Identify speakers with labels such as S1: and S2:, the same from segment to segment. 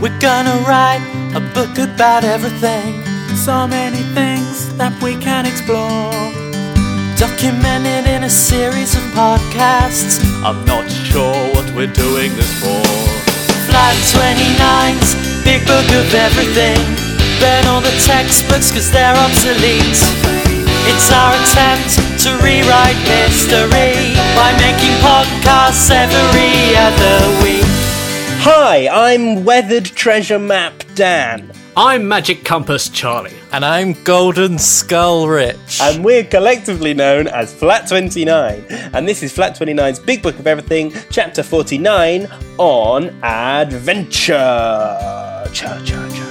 S1: We're gonna write a book about everything. So many things that we can explore. Documented in a series of podcasts. I'm not sure what we're doing this for. Flight 29's big book of everything. Burn all the textbooks cause they're obsolete. It's our attempt to rewrite history by making podcasts every other week.
S2: Hi, I'm Weathered Treasure Map Dan,
S3: I'm Magic Compass Charlie.
S4: And I'm Golden Skull Rich.
S2: and we're collectively known as Flat 29. And this is Flat 29's Big Book of Everything, Chapter 49 on Adventure. Cha, cha, cha.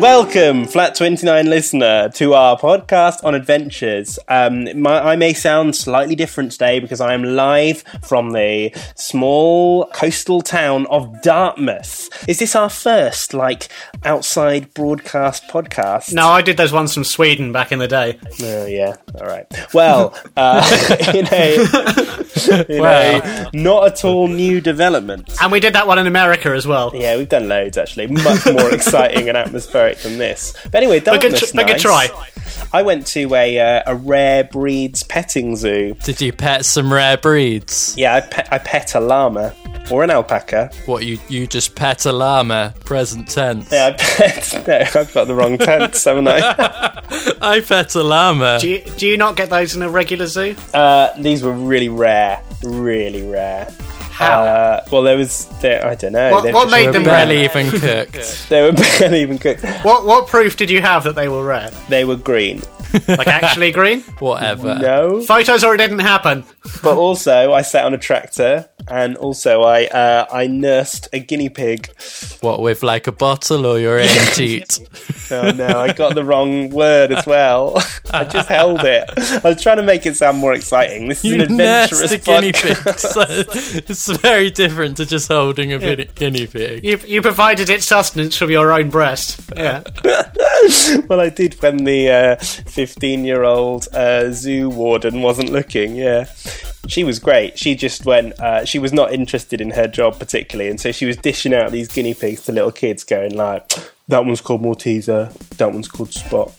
S2: Welcome, Flat 29 listener, to our podcast on adventures. Um, my, I may sound slightly different today because I am live from the small coastal town of Dartmouth. Is this our first, like, outside broadcast podcast?
S3: No, I did those ones from Sweden back in the day.
S2: Oh, yeah. All right. Well, uh, in a, in a not at all new development.
S3: And we did that one in America as well.
S2: Yeah, we've done loads actually, much more exciting and atmospheric than this. But anyway,
S3: But good,
S2: Dartmouth's
S3: tr- but good
S2: nice.
S3: try.
S2: I went to a uh, a rare breeds petting zoo.
S4: Did you pet some rare breeds?
S2: Yeah, I pet, I pet a llama or an alpaca.
S4: What you you just pet a llama? Present tense.
S2: Yeah, I pet. No, I've got the wrong tense, haven't I?
S4: I pet a llama.
S3: Do you, do you not get those in a regular zoo?
S2: Uh, these were really rare, really rare.
S3: How?
S2: Uh, well, there was. There, I don't know.
S3: What-
S2: they've
S3: what
S2: just-
S3: made
S4: They
S3: them
S4: were
S3: rare?
S4: barely even cooked.
S2: They were barely even cooked.
S3: What what proof did you have that they were rare?
S2: They were green.
S3: Like actually green?
S4: Whatever.
S2: No.
S3: Photos or it didn't happen.
S2: But also, I sat on a tractor, and also I uh, I nursed a guinea pig.
S4: What with like a bottle or your own teat?
S2: Oh no, I got the wrong word as well. I just held it. I was trying to make it sound more exciting. This is
S4: You
S2: an adventurous
S4: nursed a guinea
S2: podcast.
S4: pig. So it's very different to just holding a guinea- guinea pig.
S3: You you provided it sustenance from your own breast. Yeah.
S2: Well, I did when the uh, fifteen-year-old uh, zoo warden wasn't looking. Yeah, she was great. She just went. Uh, she was not interested in her job particularly, and so she was dishing out these guinea pigs to little kids, going like, "That one's called Malteser. That one's called Spot."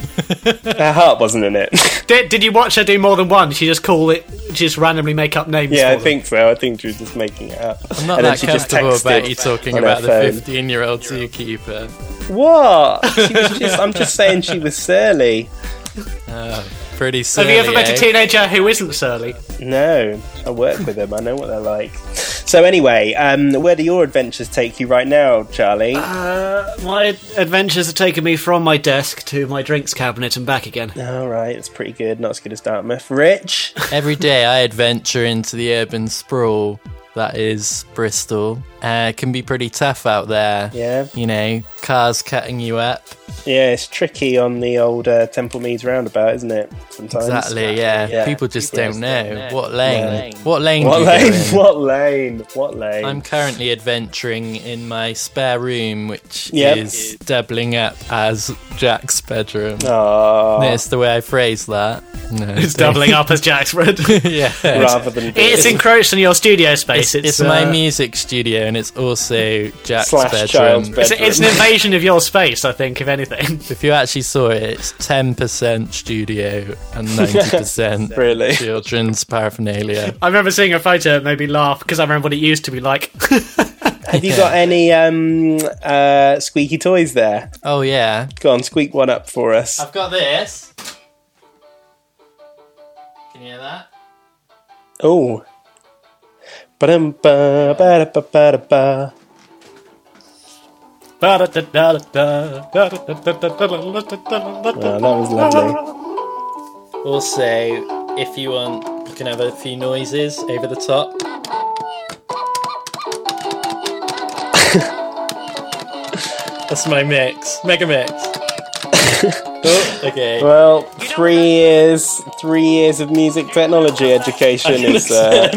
S2: her heart wasn't in it.
S3: Did, did you watch her do more than one? She just call it. She just randomly make up names.
S2: yeah,
S3: for
S2: I
S3: them.
S2: think so. I think she was just making it up.
S4: I'm not
S2: and
S4: that
S2: then she just
S4: comfortable
S2: texted
S4: about you talking
S2: on her
S4: about the
S2: phone.
S4: 15 year old zookeeper.
S2: What? She was just, I'm just saying she was surly.
S4: Pretty
S3: Have
S4: silly.
S3: you ever met a
S4: eh?
S3: teenager who isn't surly?
S2: No, I work with them. I know what they're like. So anyway, um, where do your adventures take you right now, Charlie?
S3: My adventures have taken me from my desk to my drinks cabinet and back again.
S2: All right, it's pretty good. Not as good as Dartmouth. Rich,
S4: eh? Every day I adventure into the urban sprawl that is Bristol. Uh, it can be pretty tough out there.
S2: Yeah.
S4: You know, cars cutting you up.
S2: yeah, it's tricky on the old uh, Temple Meads roundabout, isn't it? Sometimes.
S4: Exactly, yeah.
S2: Yeah.
S4: People just don't know. What lane? What lane
S2: What
S4: do you
S2: lane?
S4: go in?
S2: What lane? What lane?
S4: I'm currently adventuring in my spare room, which
S2: Yep.
S4: is doubling up as Jack's bedroom.
S2: Aw,
S4: That's the way I phrase that. No,
S3: It's doubling up as Jack's Red.
S4: yeah.
S2: rather than
S3: It's encroached on your studio space.
S4: It's,
S3: It's,
S4: it's my
S3: uh,
S4: music studio and it's also Jack's
S2: slash child's
S4: bedroom.
S2: bedroom.
S3: It's, it's an invasion of your space, I think, if anything.
S4: If you actually saw it, it's 10% studio and 90%
S2: Really?
S4: children's paraphernalia.
S3: I remember seeing a photo that made me laugh because I remember what it used to be like.
S2: Have you got any um, uh, squeaky toys there?
S4: Oh, yeah.
S2: Go on, squeak one up for us.
S4: I've got this. Can you hear that?
S2: Oh. Ba-dum, ba, ba-da, ba, ba-da, ba. Oh, that was lovely.
S4: Also, if you want, you can have a few noises over the top. That's my mix. Mega mix. oh, okay.
S2: Well, three years, three years of music technology education is. Uh,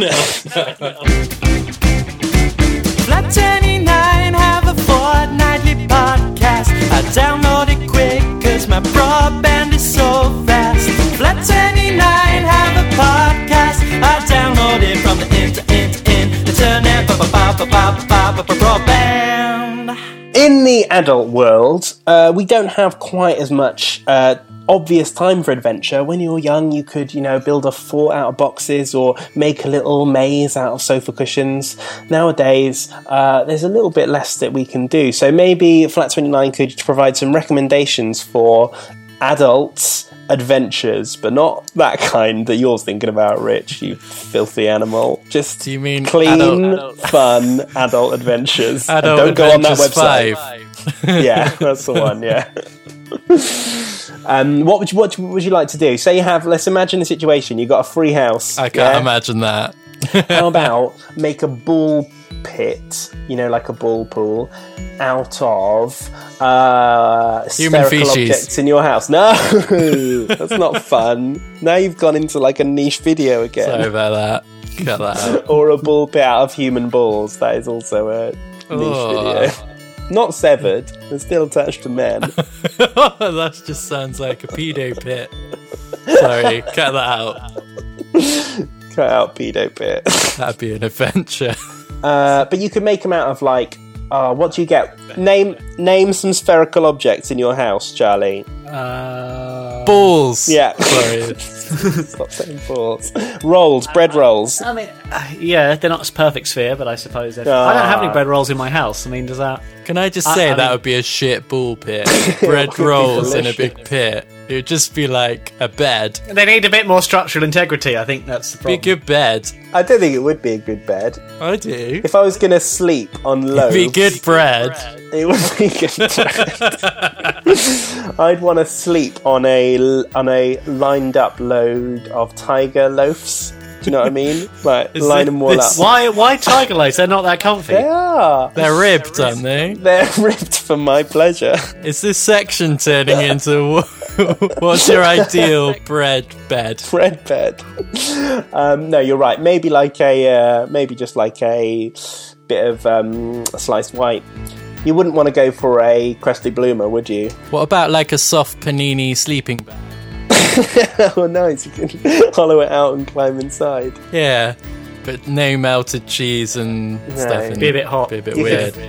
S1: Flat 29 have a fortnightly podcast. I download it quick cause my broadband is so fast. Flat 29 have a podcast. I download it from the internet.
S2: the adult world, uh, we don't have quite as much uh, obvious time for adventure. When you're young, you could, you know, build a fort out of boxes or make a little maze out of sofa cushions. Nowadays, uh, there's a little bit less that we can do. So maybe Flat 29 could provide some recommendations for adults. Adventures, but not that kind that you're thinking about, Rich. You filthy animal. Just
S4: Do you mean
S2: clean,
S4: adult- adult-
S2: fun adult adventures. And
S4: Adult
S2: don't go on that
S4: Adventures
S2: website.
S4: 5.
S2: Yeah, that's the one. Yeah. um, what would you, what would you like to do? Say you have. Let's imagine the situation. You got a free house.
S4: I can't
S2: yeah?
S4: imagine that.
S2: How about make a ball pit? You know, like a ball pool, out of uh,
S4: Human
S2: spherical
S4: feces.
S2: objects in your house. No, that's not fun. Now you've gone into like a niche video again.
S4: Sorry about that. Cut that out.
S2: or a ball pit out of human balls. That is also a niche
S4: Oh.
S2: video. Not severed, they're still attached to men.
S4: that just sounds like a pedo pit. Sorry, cut that out.
S2: Cut out pedo pit.
S4: That'd be an adventure.
S2: Uh, but you can make them out of like, uh, what do you get? Name name some spherical objects in your house, Charlie.
S3: Uh,
S4: Balls.
S2: Yeah.
S4: Sorry.
S2: Stop saying balls. Rolls, bread rolls.
S3: I mean, uh, yeah, they're not a perfect sphere, but I suppose they're. I don't have any
S2: Ah.
S3: bread rolls in my house. I mean, does that?
S4: Can I just
S3: I-
S4: say
S3: I
S4: that
S3: mean-
S4: would be a shit ball pit? Bread rolls in a big pit. It would just be like a bed.
S3: They need a bit more structural integrity. I think that's the
S4: Be a
S3: problem.
S4: good bed.
S2: I don't think it would be a good bed.
S4: I do.
S2: If I was going to sleep on loaves,
S4: Be good bread.
S2: It would be good. I'd want to sleep on a on a lined up load of tiger loafs. Do you know what I mean? Like
S4: Is
S2: line
S4: it-
S2: them all up.
S4: this-
S3: Why? Why tiger lights? They're not that comfy.
S2: They are.
S4: They're ribbed, aren't they?
S2: They're ripped for my pleasure.
S4: Is this section turning into what's your ideal bread bed?
S2: Bread bed. Um, no, you're right. Maybe like a uh, maybe just like a bit of um, sliced white. You wouldn't want to go for a crusty bloomer, would you?
S4: What about like a soft panini sleeping bag?
S2: oh, nice. You can hollow it out and climb inside.
S4: Yeah, but no melted cheese and stuff. In
S3: Be a
S4: it.
S3: bit hot.
S4: Be a bit
S2: You
S4: weird.
S2: could-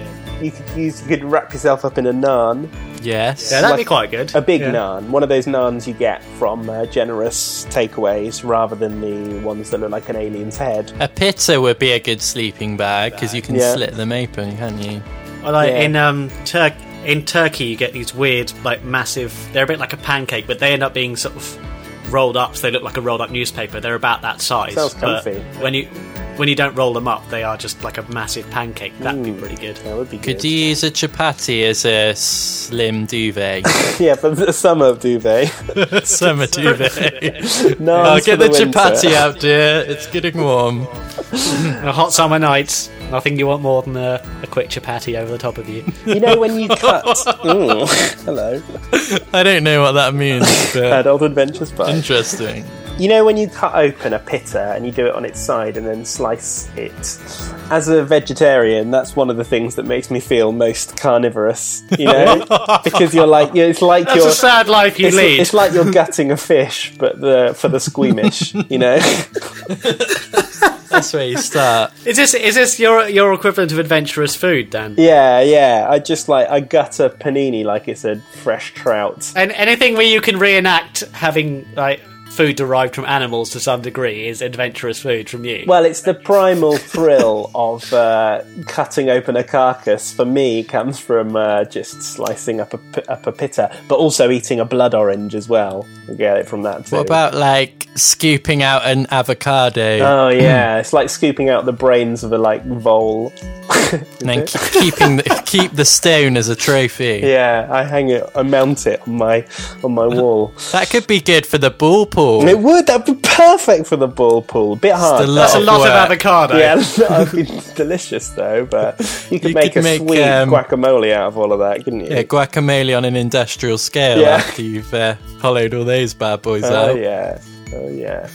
S2: You could use, you could wrap yourself up in a naan.
S4: Yes.
S3: Yeah, that'd
S2: Like
S3: be quite good.
S2: A big
S3: yeah.
S2: naan, one of those naans you get from uh, generous takeaways rather than the ones that look like an alien's head.
S4: A pitta would be a good sleeping bag because you can
S2: Yeah.
S4: slit them open, can't you?
S3: Well, like
S2: Yeah.
S3: in um Tur- in Turkey, you get these weird, like massive. They're a bit like a pancake, but they end up being sort of rolled up, so they look like a rolled up newspaper. They're about that size.
S2: Sounds
S3: but
S2: comfy.
S3: When you when you don't roll them up, they are just like a massive pancake. That'd be pretty good.
S2: That would be good.
S4: Could you use a chapati as a slim duvet?
S2: yeah, for the summer duvet.
S4: Summer duvet.
S2: no,
S4: I'll Oh, get the, chapati out, dear. It's getting warm.
S3: A hot summer night. Nothing you want more than a, a quick chapati over the top of you.
S2: You know when you cut. Ooh, hello,
S4: I don't know what that means, but
S2: adult adventures bar.
S4: interesting.
S2: You know when you cut open a pitta and you do it on its side and then slice it? As a vegetarian, that's one of the things that makes me feel most carnivorous, you know? because you're like, you it's like
S3: That's
S2: you're.
S3: a sad life you
S2: it's,
S3: lead.
S2: it's like you're gutting a fish, but the for the squeamish, you know.
S4: That's where you start.
S3: is this is this your your equivalent of adventurous food, Dan?
S2: yeah, yeah. I just like I gut a panini like it's a fresh trout.
S3: And anything where you can reenact having like food derived from animals to some degree is adventurous food from you.
S2: Well, it's the primal thrill of uh, cutting open a carcass. For me, comes from uh, just slicing up a p- up a pitta, but also eating a blood orange as well. I get it from that too.
S4: What about like scooping out an avocado
S2: Oh yeah, it's like scooping out the brains of a like vole.
S4: and then keep, keeping the, keep the stone as a trophy?
S2: Yeah, I hang it, I mount it on my on my wall.
S4: That could be good for the ball pool.
S2: It would. That'd be perfect for the ball pool. Bit hard.
S4: the
S3: That's a
S4: of
S3: lot
S4: work.
S3: of avocado.
S2: yeah, that'd be delicious though. But you could
S4: You
S2: make
S4: could
S2: a
S4: make,
S2: sweet
S4: um,
S2: guacamole out of all of that, couldn't you?
S4: Yeah, guacamole on an industrial scale
S2: Yeah.
S4: after you've uh, hollowed all those bad boys
S2: Oh
S4: out.
S2: yeah, oh yeah.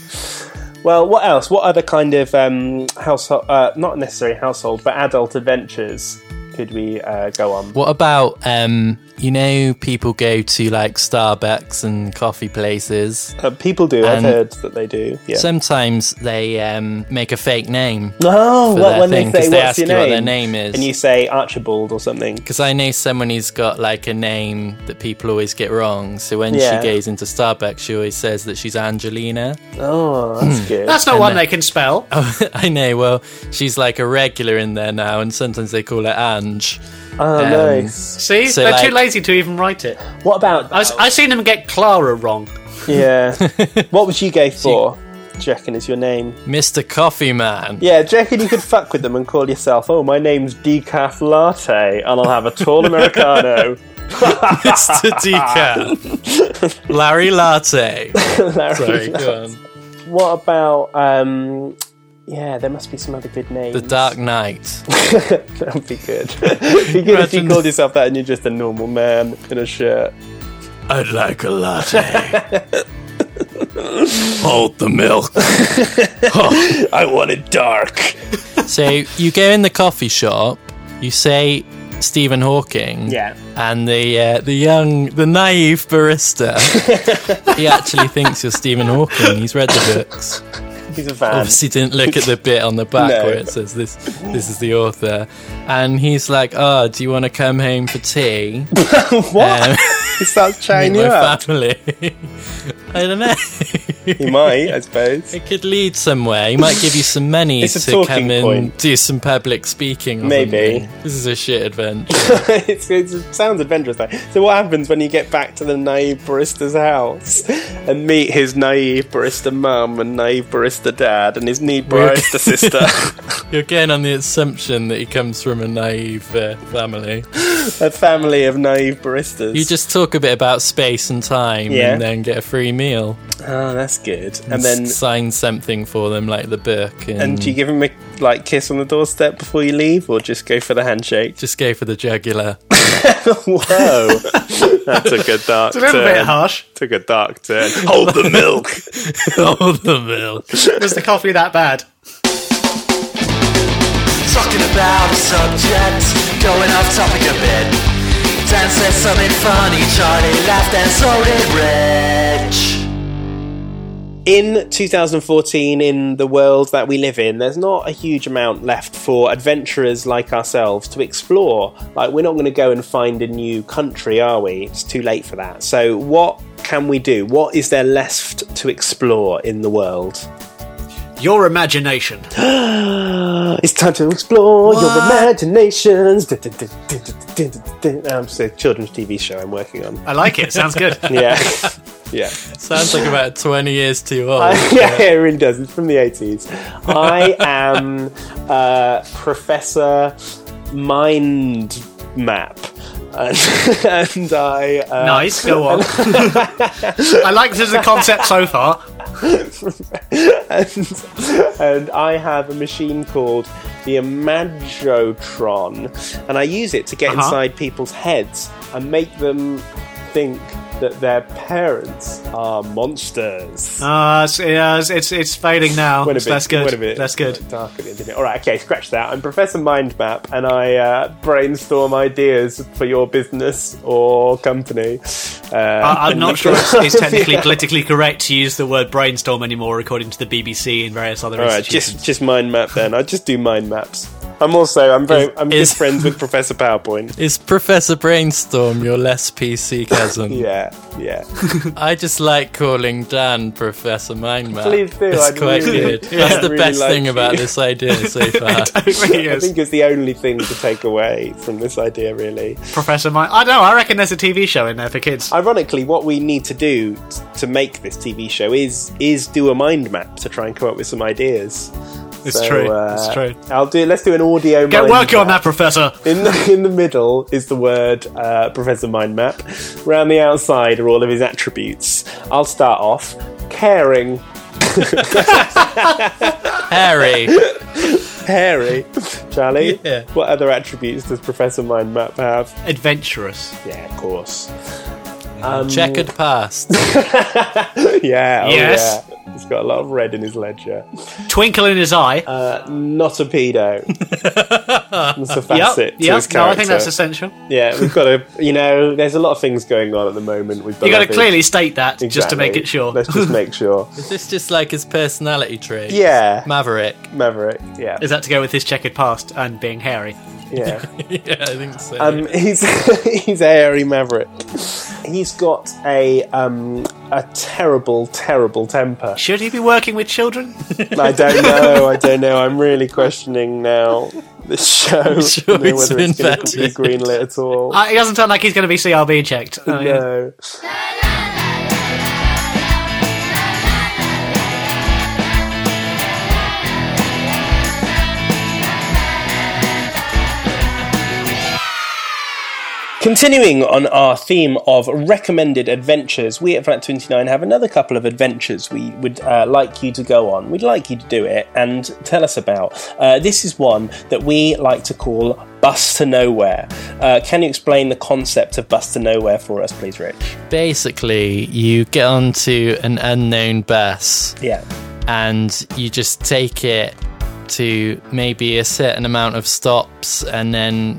S2: Well, what else? What other kind of um, household? Uh, not necessarily household, but adult adventures could we uh, go on?
S4: What about um, You know, people go to like Starbucks and coffee places.
S2: Uh, people do. I've
S4: And-
S2: heard that they do. Yeah.
S4: Sometimes they um, make a fake name
S2: no,
S4: for
S2: well,
S4: their
S2: when
S4: thing
S2: they say
S4: they
S2: what's
S4: ask you
S2: your name,
S4: what their name is. Hmm.
S2: and you say Archibald or something.
S4: Because I know someone who's got like a name that people always get wrong. So when
S2: Yeah.
S4: she goes into Starbucks, she always says that she's Angelina.
S2: Oh,
S4: Hmm.
S2: that's good.
S4: Ah,
S3: That's not one they can spell.
S4: Oh, I know. Well, she's like a regular in there now, and sometimes they call her Ange.
S2: oh,
S4: um,
S2: nice.
S3: See,
S4: so,
S3: they're
S4: like-
S3: too lazy to even write it.
S2: What about?
S3: I, have seen them get Clara wrong.
S2: yeah. what would you go for? Do you reckon is your name?
S4: Mr. Coffee Man.
S2: Yeah, do you reckon you could fuck with them and call yourself, oh, my name's Decaf Latte, and I'll have a tall Americano.
S4: Mr. Decaf. Larry Latte. Sorry, go on.
S2: What about, um, yeah, there must be some other good names.
S4: The Dark Knight.
S2: that would be good. be good if you
S4: Imagine-
S2: called yourself that and you're just a normal man in a shirt.
S4: I'd like a latte. Hold the milk.
S2: I want it dark.
S4: So you go in the coffee shop, you say Stephen Hawking.
S2: Yeah.
S4: and the uh, the young the naive barista he actually thinks you're Stephen Hawking he's read the books
S2: He's a fan.
S4: obviously didn't look at the bit on the back
S2: No.
S4: where it says this this is the author and he's like oh do you want to come home for tea
S2: what?
S4: um,
S2: He starts
S4: with
S2: chatting you
S4: my
S2: up.
S4: family I don't know
S2: He might, I suppose.
S4: it could lead somewhere he might give you some money
S2: It's a
S4: to
S2: talking
S4: come and
S2: point.
S4: do some public speaking or
S2: Maybe.
S4: something. this is a shit adventure
S2: it's, it's, it sounds adventurous. Though. So what happens when you get back to the naive barista's house and meet his naive barista mum and naive barista dad and his naive
S4: We're-
S2: barista sister?
S4: You're going on the assumption that he comes from a naive uh, family.
S2: a family of naive baristas.
S4: You just talk a bit about space and time
S2: Yeah.
S4: and then get a free meal.
S2: oh, that's good. And then
S4: S- sign something for them, like the book. And,
S2: and do you give him a like kiss on the doorstep before you leave, or just go for the handshake?
S4: just go for the jugular.
S2: Whoa, that took a dark
S3: It's a little bit
S2: turn.
S3: harsh.
S2: Took a dark turn. Hold the milk.
S4: oh, the milk.
S3: Was the coffee that bad?
S1: Talking about a subject, going off topic a bit. Dan said something funny, Charlie laughed and so did Rich.
S2: in 2014 in the world that we live in there's not a huge amount left for adventurers like ourselves to explore like we're not going to go and find a new country are we it's too late for that so what can we do what is there left to explore in the world
S3: Your imagination.
S2: it's time to explore your
S4: What?
S2: imaginations um, it's a children's tv show i'm working on
S3: I like it. Sounds good.
S2: yeah yeah
S4: Sounds like about 20 years too old.
S2: yeah, it really does. It's from the 80s. I am uh, Professor Mind Map. And, and I. Uh,
S3: Nice. Go on. I like this as a concept so far.
S2: and, and I have a machine called the Imagotron, and I use it to get
S3: Uh-huh.
S2: inside people's heads and make them think that their parents are monsters.
S3: Uh, it's, yeah, it's, it's it's fading now.
S2: Wait a
S3: So
S2: bit,
S3: that's good.
S2: Wait a bit.
S3: That's good.
S2: Dark at the end of it. All right, okay, scratch that. I'm Professor Mindmap, and I uh, brainstorm ideas for your business or company. Uh,
S3: I, I'm not sure it's, it's technically politically correct to use the word brainstorm anymore, according to the BBC and various other
S2: All right,
S3: institutions.
S2: just just mind map then. I just do mind maps. I'm also I'm very I'm
S4: is-
S2: just friends with Professor PowerPoint.
S4: Is Professor Brainstorm your less PC cousin?
S2: Yeah, yeah.
S4: I just like calling Dan Professor Mindmap.
S2: Please do,
S4: It's
S2: I'd
S4: quite
S2: really-
S4: good.
S2: Yeah.
S4: That's the
S2: really
S4: best
S2: like
S4: thing
S2: you.
S4: about this idea so far.
S3: It really
S2: I
S3: is.
S2: think it's the only thing to take away from this idea, really.
S3: Professor Mike. I know. I reckon there's a TV show in there for kids.
S2: Ironically, what we need to do t- to make this TV show is is do a mind map to try and come up with some ideas.
S3: It's
S2: So,
S3: true.
S2: uh,
S3: it's true.
S2: I'll do. Let's do an audio.
S3: Get
S2: mind
S3: working on
S2: map.
S3: that, Professor.
S2: In the, in the middle is the word uh, Professor Mind Map. Round the outside are all of his attributes. I'll start off caring,
S4: Harry.
S2: hairy. Charlie,
S4: Yeah.
S2: what other attributes does Professor Mind Map have?
S3: Adventurous.
S2: Yeah, of course. Um,
S4: Checkered past.
S2: Yeah. oh
S3: Yes.
S2: yeah. He's got a lot of red in his ledger.
S3: Twinkle in his eye.
S2: Uh, not a pedo. That's a
S3: yep.
S2: facet to his
S3: Yep.
S2: character.
S3: No, I think that's essential.
S2: yeah, we've got to, you know, there's a lot of things going on at the moment. We've
S3: You got to clearly state that just to make it sure.
S2: Let's just make sure.
S4: Is this just like his personality trait?
S2: Yeah,
S4: Maverick.
S2: Maverick. Yeah,
S3: Is that to go with his checkered past and being hairy?
S2: yeah.
S4: yeah, I think so.
S2: Um, he's he's a hairy maverick. He's got a um, a terrible, terrible temper.
S3: Should he be working with children?
S2: I don't know. I don't know. I'm really questioning now the show. i
S4: sure
S2: know
S4: it's
S2: whether
S4: been
S2: it's going to be
S4: vetted.
S2: greenlit at all.
S3: Uh, he doesn't sound like he's going to be CRB checked. I mean,
S2: no. Continuing on our theme of recommended adventures, we at Flat 29 have another couple of adventures we would uh, like you to go on. We'd like you to do it and tell us about. Uh, this is one that we like to call Bus to Nowhere. Uh, can you explain the concept of Bus to Nowhere for us, please, Rich?
S4: Basically, you get onto an unknown bus
S2: Yeah.
S4: and you just take it to maybe a certain amount of stops and then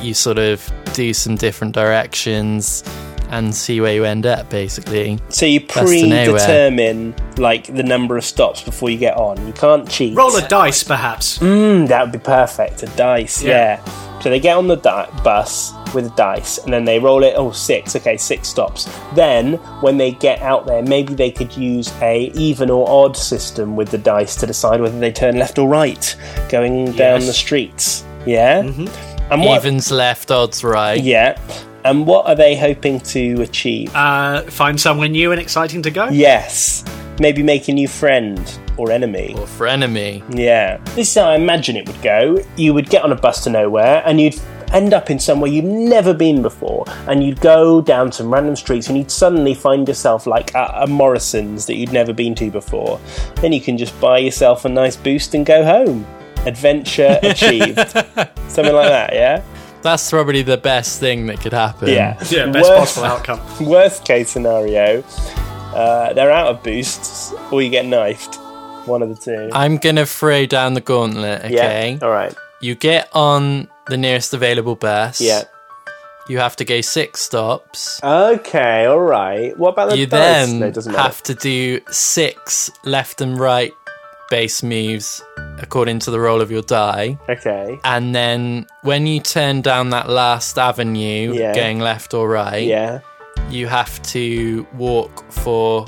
S4: you sort of do some different directions and see where you end up, basically.
S2: So you
S4: to Nowhere.
S2: predetermine like the number of stops before you get on. You can't cheat.
S3: Roll a dice, perhaps.
S2: Mm, that would be perfect. A dice,
S3: Yeah.
S2: yeah. So they get on the di- bus with a dice, and then they roll it. Oh, six. Okay, six stops. Then when they get out there, maybe they could use a even or odd system with the dice to decide whether they turn left or right, going down
S3: Yes.
S2: the streets. Yeah. Mm-hmm. And what?
S4: Evens left, odds right.
S2: Yeah. And what are they hoping to achieve?
S3: Uh, find somewhere new and exciting to go.
S2: yes. Maybe make a new friend or enemy.
S4: Or for enemy.
S2: Yeah. This is how I imagine it would go. You would get on a bus to nowhere and you'd end up in somewhere you've never been before and you'd go down some random streets and you'd suddenly find yourself like at a Morrison's that you'd never been to before. Then you can just buy yourself a nice boost and go home. Adventure achieved. Something like that, yeah?
S4: That's probably the best thing that could happen.
S2: Yeah.
S3: Yeah, best
S2: Worst-
S3: possible outcome.
S2: Worst case scenario, uh, they're out of boosts or you get knifed. One of the two.
S4: I'm gonna throw down the gauntlet,
S2: yeah.
S4: okay?
S2: All right.
S4: You get on the nearest available bus.
S2: Yeah.
S4: You have to go six stops.
S2: Okay, all right. What about the
S4: you
S2: dice?
S4: then
S2: no, it doesn't matter.
S4: have to do six left and right base moves according to the roll of your die.
S2: Okay.
S4: And then when you turn down that last avenue,
S2: Yeah.
S4: going left or right,
S2: Yeah.
S4: you have to walk for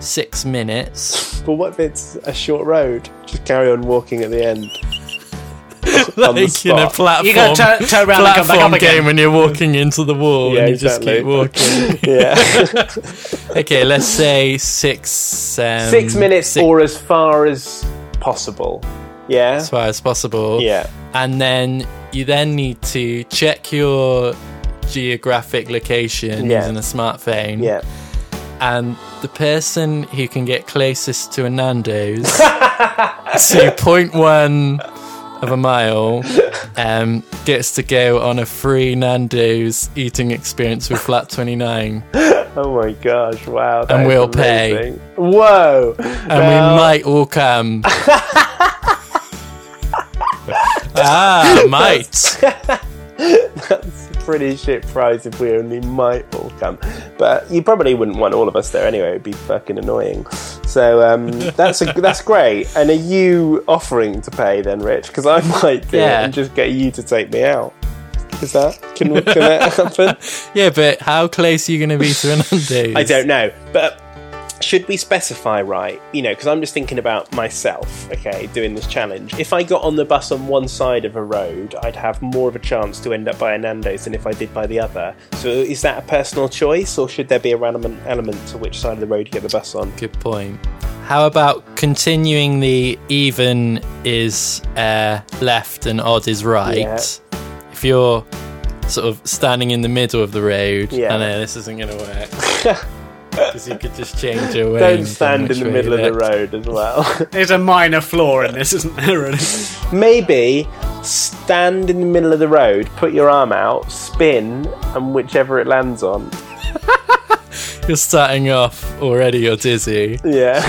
S4: six minutes.
S2: But what if it's a short road? Just carry on walking at the end. on the
S4: like in a
S2: spot.
S4: platform.
S3: You got to turn, turn around and come back
S4: platform
S3: up again.
S4: game when you're walking into the wall
S2: Yeah,
S4: and you
S2: exactly.
S4: just keep walking.
S2: yeah.
S4: okay, let's say six. Um,
S2: six minutes
S4: six-
S2: or as far as possible. Yeah.
S4: as far as possible.
S2: Yeah.
S4: and then you then need to check your geographic location
S2: Yeah.
S4: using a smartphone.
S2: Yeah.
S4: and the person who can get closest to a Nando's, so 0.1 of a mile, um, gets to go on a free Nando's eating experience with Flat 29.
S2: Oh my gosh! Wow. that
S4: And
S2: is
S4: we'll pay.
S2: amazing. Whoa.
S4: And we might all come. ah, might.
S2: Pretty shit prize if we only might all come, but you probably wouldn't want all of us there anyway. It'd be fucking annoying. So um, that's a, that's great. And are you offering to pay then, Rich? Because I might do
S4: Yeah.
S2: it and just get you to take me out. Is that can, can that happen?
S4: Yeah, but how close are you going to be to a Nando's?
S2: I don't know, but should we specify right? You know, because I'm just thinking about myself. Okay, doing this challenge. If I got on the bus on one side of a road, I'd have more of a chance to end up by a Nando's than if I did by the other. So, is that a personal choice, or should there be a random element to which side of the road you get the bus on?
S4: Good point. How about continuing the even is uh, left and odd is right? If you're sort of standing in the middle of the road,
S2: Yeah.
S4: I know this isn't going to work. Because you could just change your way.
S2: Don't stand in the middle of the road as well.
S3: There's a minor flaw in this, isn't there? Really?
S2: Maybe stand in the middle of the road, put your arm out, spin, and whichever it lands on.
S4: You're starting off already. You're dizzy.
S2: Yeah.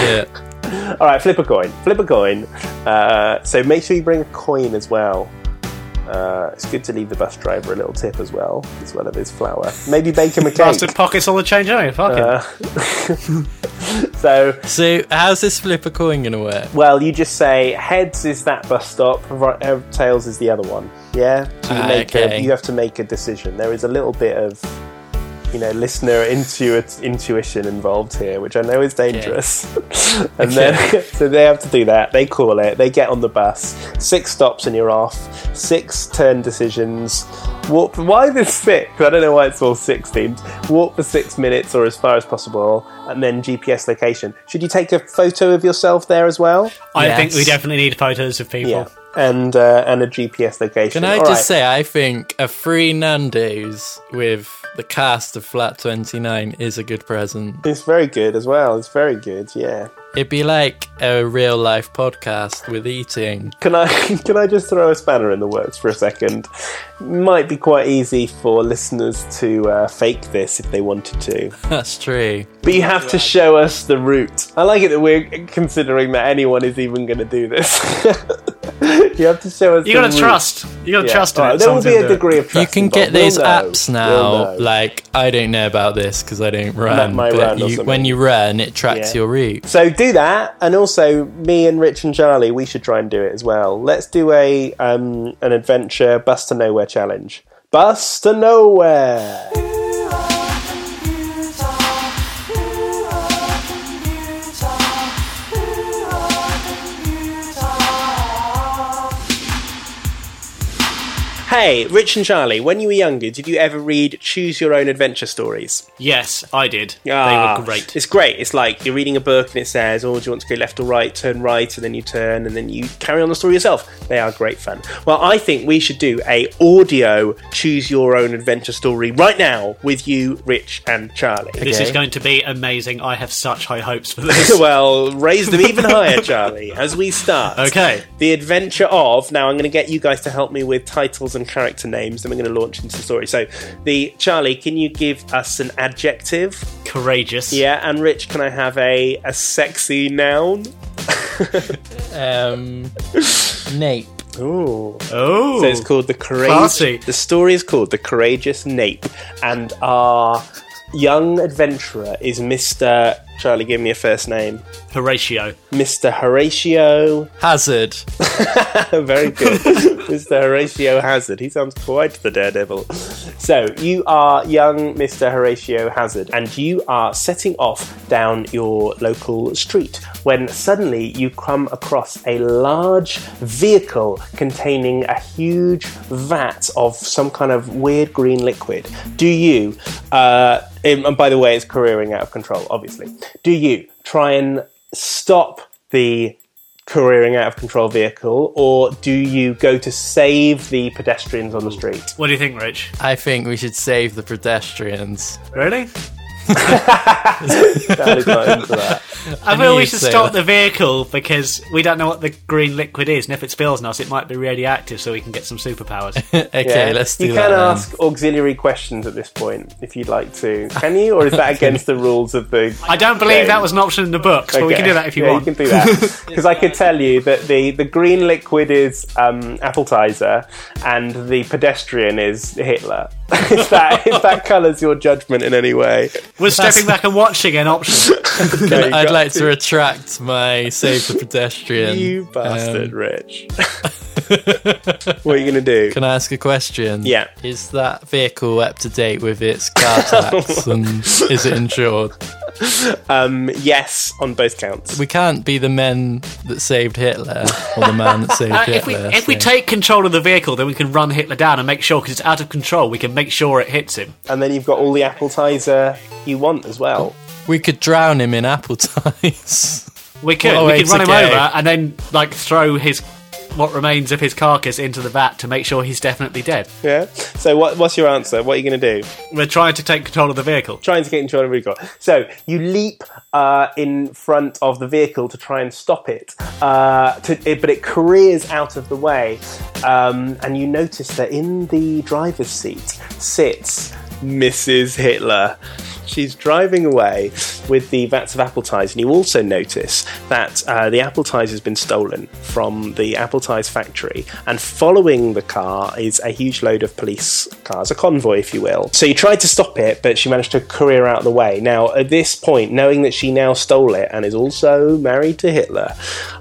S4: Yeah.
S2: All right, flip a coin. Flip a coin. Uh, so make sure you bring a coin as well. Uh, it's good to leave the bus driver a little tip as well, as well as his flour. Maybe bake him a
S3: Bastard
S2: cake.
S3: pockets all the change anyway. Fuck it.
S2: Uh, so,
S4: So how's this flip a coin gonna work?
S2: well, you just say heads is that bus stop, ri- uh, tails is the other one. Yeah, so you,
S4: Ah,
S2: make
S4: okay.
S2: a, you have to make a decision. There is a little bit of, you know, listener intuit, intuition involved here, which I know is dangerous. and then so they have to do that. They call it. They get on the bus. Six stops and you're off. Six turn decisions. Walk. Why this six? I don't know why it's all six themed. Walk for six minutes or as far as possible, and then GPS location. Should you take a photo of yourself there as well?
S3: I think
S4: Yes.
S3: we definitely need photos of people.
S2: Yeah. And uh, and a GPS location.
S4: Can I
S2: All
S4: just
S2: right.
S4: say I think a free Nando's with the cast of Flat Twenty Nine is a good present.
S2: It's very good as well. It's very good. Yeah.
S4: It'd be like a real life podcast with eating.
S2: Can I can I just throw a spanner in the works for a second? Might be quite easy for listeners to uh, fake this if they wanted to.
S4: That's true.
S2: But you have to show us the route. I like it that we're considering that anyone is even going to do this. you have to show us. the
S3: You gotta
S2: route.
S3: trust. You gotta
S2: Yeah.
S3: trust in
S2: All right,
S3: it.
S2: There will
S3: Someone's
S2: be a
S3: gonna do it.
S2: degree of
S4: You
S2: trust.
S4: can get
S2: involved. We'll
S4: those
S2: know.
S4: apps
S2: We'll
S4: now.
S2: know.
S4: like I don't know about this because I don't run.
S2: my
S4: but
S2: run or
S4: you-
S2: something.
S4: when you run, it tracks
S2: Yeah.
S4: your route.
S2: so do that, and also me and Rich and Charlie, we should try and do it as well. Let's do a um, an adventure bus to nowhere challenge. Bus to nowhere. Hey, Rich and Charlie, when you were younger, did you ever read choose your own adventure stories?
S3: Yes, I did.
S2: Ah,
S3: they were great.
S2: It's great. It's like you're reading a book and it says, "Oh, do you want to go left or right? Turn right, and then you turn, and then you carry on the story yourself." They are great fun. Well, I think we should do a audio choose your own adventure story right now with you, Rich and Charlie.
S3: This
S4: Okay.
S3: is going to be amazing. I have such high hopes for this.
S2: well, raise them even higher, Charlie, as we start.
S3: Okay.
S2: The adventure of. Now, I'm going to get you guys to help me with titles and character names, then we're going to launch into the story. So, the Charlie, can you give us an adjective?
S3: Courageous.
S2: Yeah, and Rich, can I have a, a sexy noun?
S4: Um, Nape.
S2: Ooh.
S3: Oh.
S2: So it's called the
S3: Classy.
S2: courageous. The story is called the courageous nape, and our young adventurer is Mister Charlie. Give me a first name,
S3: Horatio.
S2: Mister Horatio.
S4: Hazard.
S2: Very good, Mister Horatio Hazard. He sounds quite the daredevil. So you are young Mister Horatio Hazard, and you are setting off down your local street when suddenly you come across a large vehicle containing a huge vat of some kind of weird green liquid. Do you? Uh, and and by the way, it's careering out of control. Obviously, do you try and stop the careering out of control vehicle, or do you go to save the pedestrians on the street?
S3: What do you think, Rich?
S4: I think we should save the pedestrians.
S3: Really?
S2: Charlie's not into that.
S3: I feel
S4: knew
S3: we
S4: you'd
S3: should
S4: say
S3: stop
S4: that.
S3: the vehicle because we don't know what the green liquid is, and if it spills on us, it might be radioactive, so we can get some superpowers.
S4: Okay,
S2: Yeah.
S4: let's do
S2: you
S4: that.
S2: can
S4: then.
S2: ask auxiliary questions at this point if you'd like to. Can you, or is that against the rules of the?
S3: I don't believe that was an option in the books, but we can
S2: Okay.
S3: do that if you
S2: yeah,
S3: want.
S2: You can do that because I could tell you that the the green liquid is um, appetizer, and the pedestrian is Hitler. if that if that colours your judgment in any way,
S3: We're stepping back and watching an option.
S2: Okay,
S4: I'd
S2: got
S4: like to retract my save the pedestrian.
S2: You bastard,
S4: Um,
S2: Rich. what are you going to do?
S4: can I ask a question?
S2: Yeah.
S4: Is that vehicle up to date with its car tax and is it insured?
S2: Um, yes, on both counts.
S4: We can't be the men that saved Hitler or the man that saved
S3: Uh,
S4: Hitler.
S3: if we if we
S4: so-
S3: take control of the vehicle, then we can run Hitler down and make sure because it's out of control. We can make sure it hits him.
S2: And then you've got all the appetizer you want as well.
S4: we could drown him in apple ties.
S3: We could
S4: What a way
S3: we could run
S4: to
S3: him
S2: Oh
S4: go.
S3: over and then like throw his what remains of his carcass into the vat to make sure he's definitely dead.
S2: Yeah. So what, what's your answer? What are you going to do?
S3: We're trying to take control of the vehicle.
S2: Trying to get into what we've got. So you leap uh, in front of the vehicle to try and stop it, uh, to, it but it careers out of the way, um, and you notice that in the driver's seat sits Mrs. Hitler. She's driving away with the vats of apple pies, and you also notice that uh, the apple pies has been stolen from the apple pies factory. And following the car is a huge load of police cars, a convoy, if you will. So you tried to stop it, but she managed to career out of the way. Now, at this point, knowing that she now stole it and is also married to Hitler,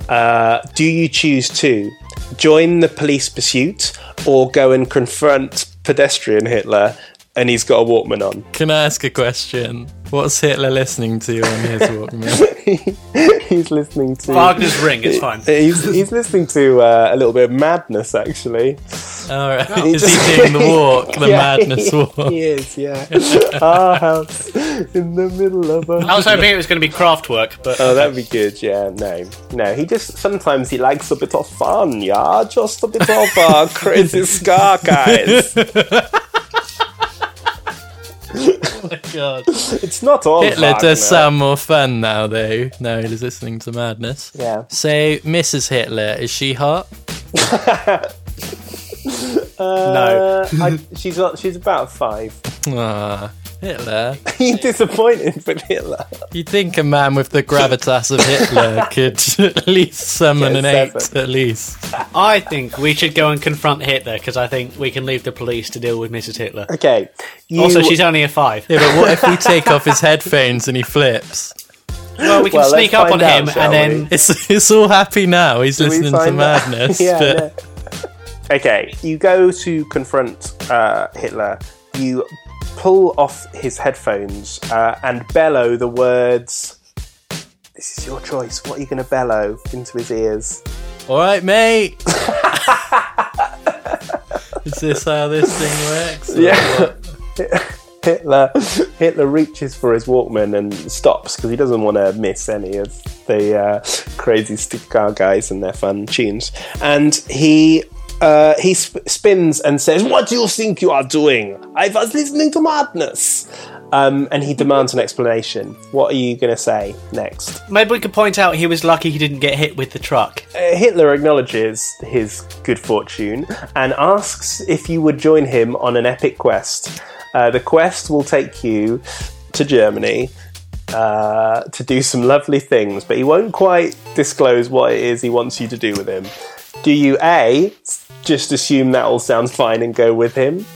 S2: uh, do you choose to join the police pursuit or go and confront pedestrian Hitler? And he's got a Walkman on.
S4: Can I ask a question? What's Hitler listening to on his Walkman?
S2: he's listening to
S3: Wagner's Ring, it's fine.
S2: He's, he's listening to uh, a little bit of madness, actually.
S4: All right, is he doing the walk, the
S2: Yeah.
S4: madness walk?
S2: He is, yeah. Our house in the middle of a.
S3: I was hoping it was going to be craft work, but
S2: Oh, that'd be good. Yeah, no, no. He just sometimes he likes a bit of fun. Yeah, just a bit of uh, crazy scar guys.
S3: Oh God. uh,
S2: It's not all
S4: Hitler
S2: Wagner.
S4: does sound more fun now, though. Now he's listening to madness.
S2: Yeah.
S4: So, Mrs. Hitler, is she hot?
S2: Uh, I, she's not, she's about five.
S4: Ah, Hitler.
S2: He's disappointed with Hitler.
S4: You'd think a man with the gravitas of Hitler could at least summon
S2: Get
S4: an
S2: seven.
S4: eight, at least.
S3: I think we should go and confront Hitler because I think we can leave the police to deal with Mrs. Hitler.
S2: Okay. You,
S3: Also, she's only a five.
S4: Yeah, but what if we take off his headphones and he flips?
S3: Well, we can
S2: Well, let's
S3: sneak up on
S2: find out,
S3: him
S2: shall
S3: and then.
S4: It's it's all happy now. He's
S2: we
S4: listening to
S2: find out?
S4: madness.
S2: yeah.
S4: but
S2: no. Okay, you go to confront uh, Hitler. You pull off his headphones uh, and bellow the words. This is your choice. What are you going to bellow into his ears?
S4: all right, mate. Is this how this thing works?
S2: Yeah. Hitler, Hitler reaches for his Walkman and stops because he doesn't want to miss any of the uh, crazy stick car guys and their fun tunes. And he uh, he sp- spins and says, "What do you think you are doing? I was listening to madness." Um, and he demands an explanation. What are you going to say next?
S3: Maybe we could point out he was lucky he didn't get hit with the truck.
S2: Uh, Hitler acknowledges his good fortune and asks if you would join him on an epic quest. Uh, the quest will take you to Germany uh, to do some lovely things, but he won't quite disclose what it is he wants you to do with him. Do you A, just assume that all sounds fine and go with him?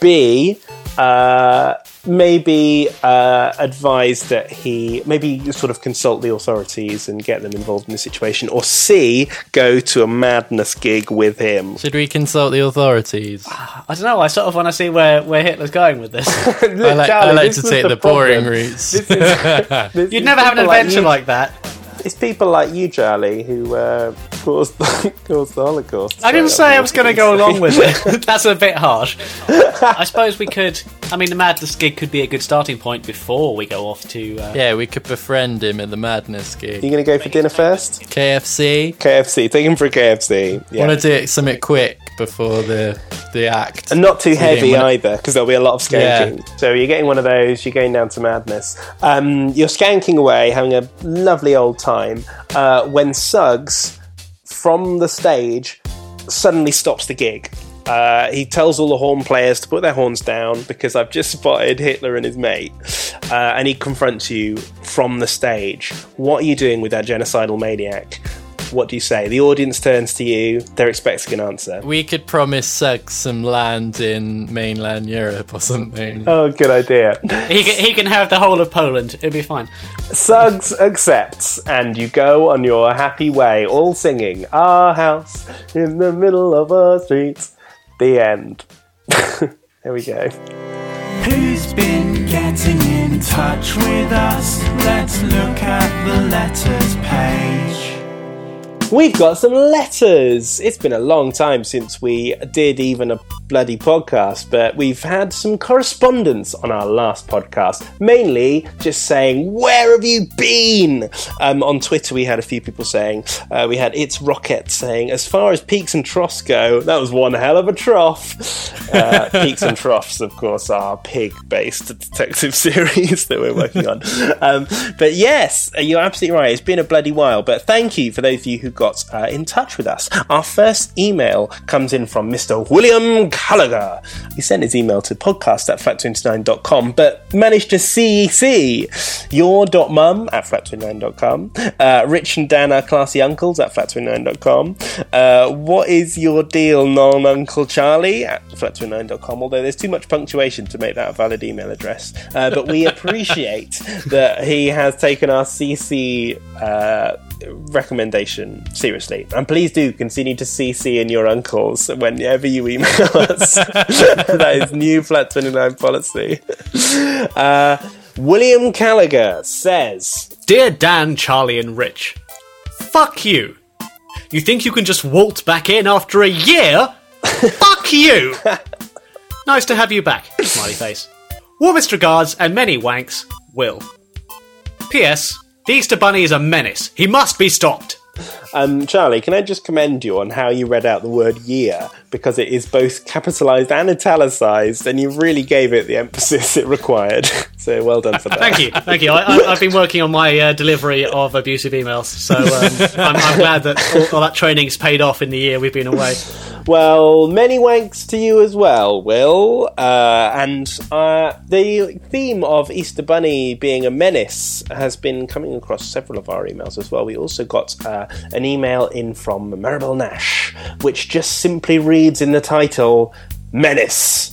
S2: B, uh, maybe uh, advise that he maybe sort of consult the authorities and get them involved in the situation, or C, go to a madness gig with him.
S4: Should we consult the authorities?
S3: I don't know. I sort of want to see where, where Hitler's going with this.
S2: Look,
S4: I like, I
S2: Charlie,
S4: like
S2: this
S4: to
S2: was
S4: take the,
S2: problem.
S4: boring routes.
S2: This is- this
S3: You'd
S2: is
S3: never have an
S2: people like
S3: adventure
S2: you-
S3: like that.
S2: It's people like you, Charlie, who uh, caused the, caused the Holocaust.
S3: I didn't
S2: So, uh,
S3: say I was going to go along with it. That's a bit harsh. I suppose we could. I mean, the madness gig could be a good starting point before we go off to. Uh,
S4: yeah, we could befriend him at the madness gig.
S2: You going to go for dinner first?
S4: KFC.
S2: KFC. Take him for a KFC. Yeah.
S4: Want to do something quick before the the act?
S2: And not too heavy
S4: getting one of-
S2: either, because there'll be a lot of skanking. So you're getting one of those, you're going down to madness. Um, you're skanking away, having a lovely old time, uh, when Suggs, from the stage, suddenly stops the gig. Uh, he tells all the horn players to put their horns down because I've just spotted Hitler and his mate. Uh, and he confronts you from the stage. What are you doing with that genocidal maniac? What do you say? The audience turns to you, they're expecting an answer.
S4: We could promise Suggs some land in mainland Europe or something.
S2: Oh, good idea.
S3: He, can, he can have the whole of Poland. It'll be fine.
S2: Suggs accepts, and you go on your happy way, all singing Our House in the Middle of a Street. The end. there we go.
S1: Who's been getting in touch with us? Let's look at the letters page.
S2: We've got some letters. It's been a long time since we did even a bloody podcast, but we've had some correspondence on our last podcast, mainly just saying, Where have you been? Um, on Twitter, we had a few people saying, uh, We had It's Rocket saying, As far as peaks and troughs go, that was one hell of a trough. Uh, peaks and troughs, of course, are pig based detective series that we're working on. Um, but yes, you're absolutely right. It's been a bloody while, but thank you for those of you who got uh, in touch with us. Our first email comes in from Mr. William Gallagher. He sent his email to podcast at flat29.com, but managed to E CC your.mum at flat29.com, uh, Rich and Dan, our classy uncles at flat29.com, uh, what is your deal, non Uncle Charlie at flat29.com, although there's too much punctuation to make that a valid email address. Uh, but we appreciate that he has taken our CC uh, recommendation seriously. And please do continue to CC in your uncles whenever you email us. that is new Flat 29 policy. Uh, William Gallagher says.
S3: Dear Dan, Charlie, and Rich, fuck you. You think you can just waltz back in after a year? fuck you. Nice to have you back. Smiley face. Warmest regards and many wanks. Will. P.S. The Easter Bunny is a menace. He must be stopped.
S2: Um, Charlie, can I just commend you on how you read out the word year because it is both capitalized and italicized, and you really gave it the emphasis it required. so well done for that.
S3: Thank you, thank you. I, I, I've been working on my uh, delivery of abusive emails, so um, I'm, I'm glad that all, all that training's paid off in the year we've been away.
S2: Well, many wanks to you as well, Will. Uh, and uh, the theme of Easter Bunny being a menace has been coming across several of our emails as well. We also got uh, an email in from Maribel Nash, which just simply reads in the title Menace.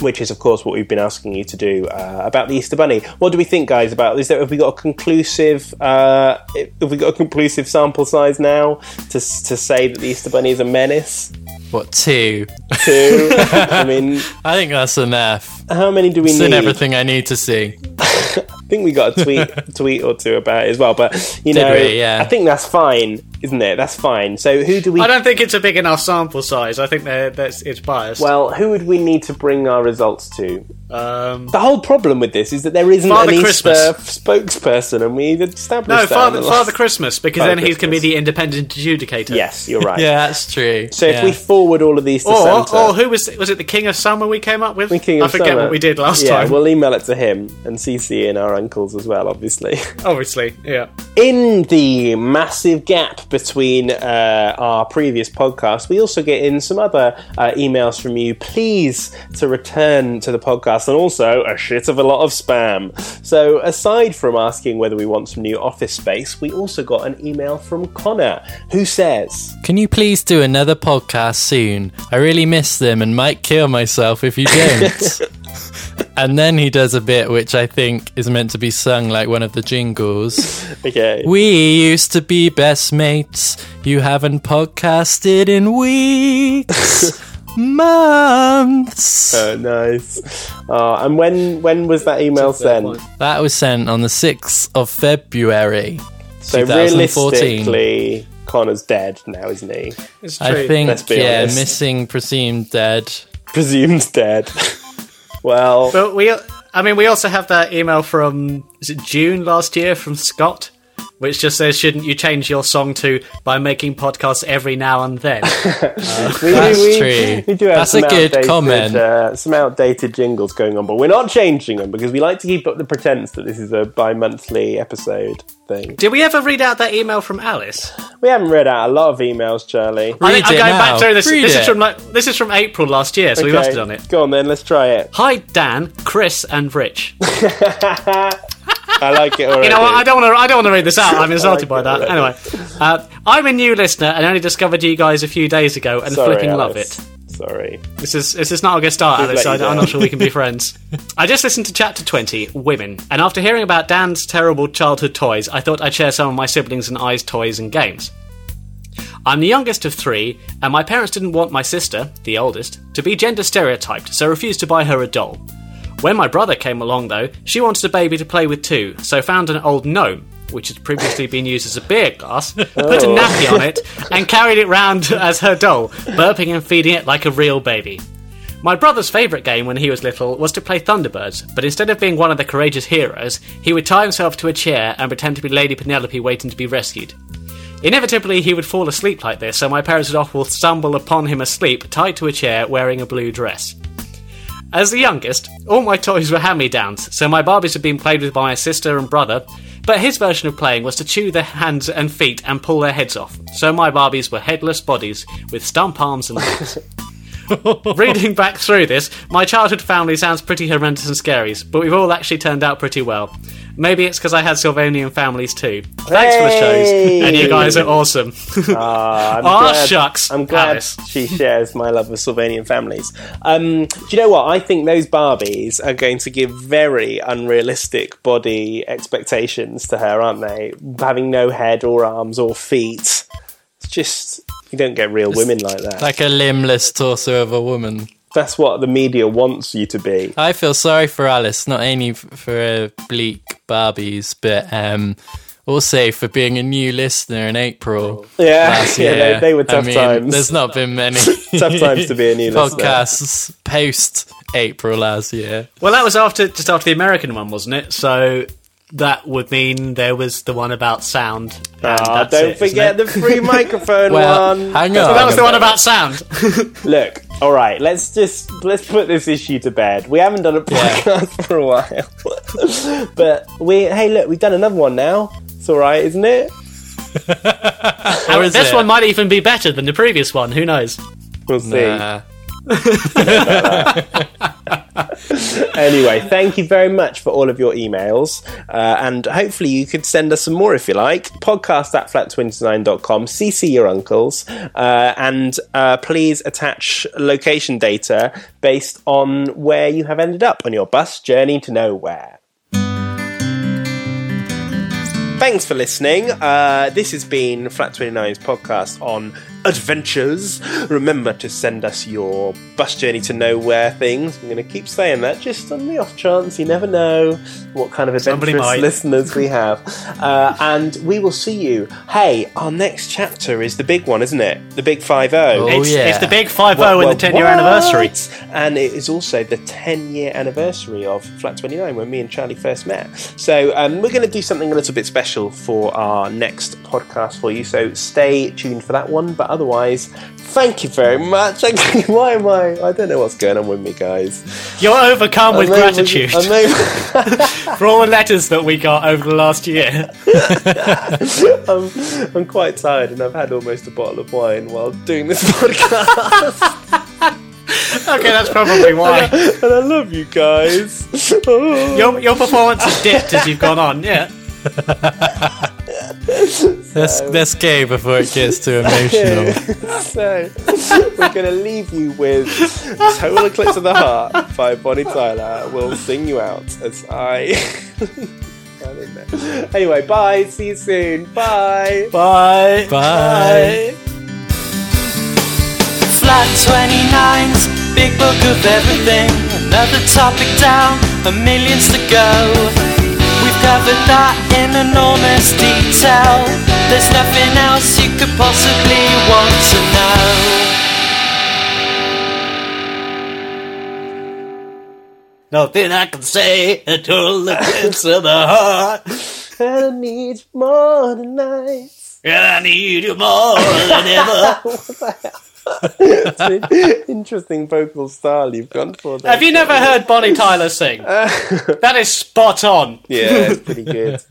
S2: Which is, of course, what we've been asking you to do uh, about the Easter Bunny. What do we think, guys? About is that have we got a conclusive uh, have we got a conclusive sample size now to s- to say that the Easter Bunny is a menace?
S4: What two?
S2: Two. I mean,
S4: I think that's enough.
S2: how many do we
S4: It's
S2: need?
S4: in everything I need to see.
S2: I think we got a tweet tweet or two about it as well. But you know,
S4: we? Yeah.
S2: I think that's fine, isn't it? That's fine. So who do we?
S3: I don't think it's a big enough sample size. I think they're- that's it's biased.
S2: Well, who would we need to bring our results to?
S3: um,
S2: The whole problem with this is that there isn't
S3: Father
S2: an
S3: Christmas.
S2: Easter spokesperson, and we established
S3: no,
S2: that. on
S3: Father,
S2: the
S3: Father
S2: last-
S3: Christmas, because
S2: Father
S3: then he can be
S2: Christmas.
S3: the independent adjudicator.
S2: Yes, you're right.
S4: Yeah, that's true.
S2: So if we forward all of these to
S3: Or,
S2: Santa,
S3: or who was was it? The King of Summer we came up with.
S2: the King
S3: I
S2: of
S3: forget
S2: Summer-
S3: what we did last
S2: yeah,
S3: time.
S2: we'll email it to him and CC in our uncles as well, obviously.
S3: Obviously, yeah.
S2: in the massive gap between uh, our previous podcast, we also get in some other uh, emails from you. Please to return to the podcast and also a shit of a lot of spam. So, aside from asking whether we want some new office space, we also got an email from Connor who says,
S4: Can you please do another podcast soon? I really miss them and might kill myself if you don't. and then he does a bit which I think is meant to be sung like one of the jingles.
S2: "Okay,
S4: We used to be best mates. You haven't podcasted in weeks, months.
S2: oh, nice." Uh, and when when was that email sent?
S4: that was sent on the 6th of February.
S2: So
S4: 2014.
S2: realistically, Connor's dead now, isn't he?
S3: It's true.
S4: I think,
S2: Let's be
S4: yeah,
S2: honest.
S4: missing, presumed dead.
S2: Presumed dead. well.
S3: But we, I mean, we also have that email from is it June last year from Scott, which just says, "Shouldn't you change your song to by making podcasts every now and then?"
S2: We,
S4: That's
S2: we,
S4: true.
S2: We do have
S4: That's
S2: some
S4: a good
S2: outdated,
S4: comment.
S2: Uh, some outdated jingles going on, but we're not changing them because we like to keep up the pretense that this is a bi-monthly episode thing.
S3: Did we ever read out that email from Alice?
S2: We haven't read out a lot of emails, Charlie.
S3: I think
S4: Read
S3: I'm
S4: it
S3: going
S4: now.
S3: back through this.
S4: Read
S3: this is
S4: it.
S3: from like this is from April last year, so we must have done it.
S2: Go on then, let's try it.
S3: Hi Dan, Chris, and Rich.
S2: I like it already.
S3: You know what? I don't want to. I don't want to read this out. I'm insulted
S2: like
S3: by
S2: it
S3: that. Anyway, uh, I'm a new listener and only discovered you guys a few days ago, and
S2: Sorry,
S3: flipping love it.
S2: Alice. Sorry.
S3: This is this is not a good start,
S2: let
S3: Alex.
S2: you
S3: I, I'm
S2: down.
S3: not sure we can be friends. I just listened to chapter 20, Women, and after hearing about Dan's terrible childhood toys, I thought I'd share some of my siblings and I's toys and games. I'm the youngest of three, and my parents didn't want my sister, the oldest, to be gender stereotyped, so refused to buy her a doll. When my brother came along, though, she wanted a baby to play with too, so found an old gnome, which had previously been used as a beer glass, put a nappy on it, and carried it round as her doll, burping and feeding it like a real baby. My brother's favourite game when he was little was to play Thunderbirds, but instead of being one of the courageous heroes, he would tie himself to a chair and pretend to be Lady Penelope waiting to be rescued. Inevitably, he would fall asleep like this, so my parents would often stumble upon him asleep, tied to a chair, wearing a blue dress. As the youngest, all my toys were hand me downs, so my Barbies had been played with by my sister and brother, But his version of playing was to chew their hands and feet and pull their heads off. So my Barbies were headless bodies with stump arms and legs. Reading back through this, my childhood family sounds pretty horrendous and scary, but we've all actually turned out pretty well. Maybe it's because I had Sylvanian families too. Thanks for the shows, and you guys are awesome.
S2: Ah, I'm
S3: Aw,
S2: glad-
S3: shucks,
S2: I'm glad
S3: Alice.
S2: she shares my love of Sylvanian families. Um, do you know what? I think those Barbies are going to give very unrealistic body expectations to her, aren't they? Having no head or arms or feet. It's just. You don't get real women like that.
S4: Like a limbless torso of a woman.
S2: That's what the media wants you to be.
S4: I feel sorry for Alice, not only f- for uh, bleak Barbies, but um, also for being a new listener in April.
S2: Yeah,
S4: last
S2: yeah,
S4: year.
S2: they, they were tough
S4: I mean,
S2: times.
S4: There's not been many
S2: Tough times to be a new listener.
S4: podcasts post April last year.
S3: well, that was after just after the American one, wasn't it? So that would mean there was the one about sound. and
S2: Ah,
S3: that's
S2: don't
S3: it, isn't
S2: forget
S3: it?
S2: the free microphone
S4: Well,
S2: one.
S4: hang
S3: So
S4: on.
S3: that was the one about sound.
S2: Look, all right, let's just let's put this issue to bed. We haven't done a podcast for a while, but we hey, look, we've done another one now. It's all right, isn't it?
S4: Or
S3: Uh,
S4: is
S3: this
S4: it?
S3: one might even be better than the previous one. Who knows?
S2: We'll see.
S4: Nah.
S2: Anyway, thank you very much for all of your emails. Uh, and hopefully, you could send us some more if you like. Podcast at flat29.com, CC your uncles, uh, and uh, please attach location data based on where you have ended up on your bus journey to nowhere. Thanks for listening. Uh, this has been Flat 29's podcast on adventures. Remember to send us your bus journey to nowhere things. I'm going to keep saying that just on the off chance. You never know what kind of
S3: Somebody
S2: adventurous
S3: might.
S2: listeners we have. Uh, and we will see you. Hey, our next chapter is the big one, isn't it? The big 5 0.
S4: Oh,
S3: it's,
S4: yeah.
S3: it's the big five zero and the ten year
S2: What?
S3: anniversary.
S2: And it is also the 10 year anniversary of Flat 29 when me and Charlie first met. So um, we're going to do something a little bit special for our next podcast for you. So stay tuned for that one. But otherwise, thank you very much. Thank you. Why am I? I don't know what's going on with me, guys.
S3: You're overcome with
S2: I'm over-
S3: gratitude
S2: I'm over-
S3: for all the letters that we got over the last year.
S2: I'm, I'm quite tired and I've had almost a bottle of wine while doing this podcast.
S3: Okay, that's probably why.
S2: and I love you guys. Oh.
S3: Your, your performance has dipped as you've gone on, yeah.
S4: Let's, let's go before it gets too emotional.
S2: So we're going to leave you with Total Eclipse of the Heart by Bonnie Tyler. We'll sing you out as I. I don't know. Anyway, bye. See you soon. Bye.
S3: Bye.
S4: Bye.
S1: Flat 29's big book of everything. Another topic down, a millions to go. We've covered that in enormous detail. There's nothing else you could possibly want to know.
S3: Nothing I can say until the kiss of the heart.
S2: I need more tonight.
S3: And I need you more than ever.
S2: Interesting vocal style you've gone for there.
S3: Have you never heard Bonnie Tyler sing? That is spot on.
S2: Yeah, it's pretty good.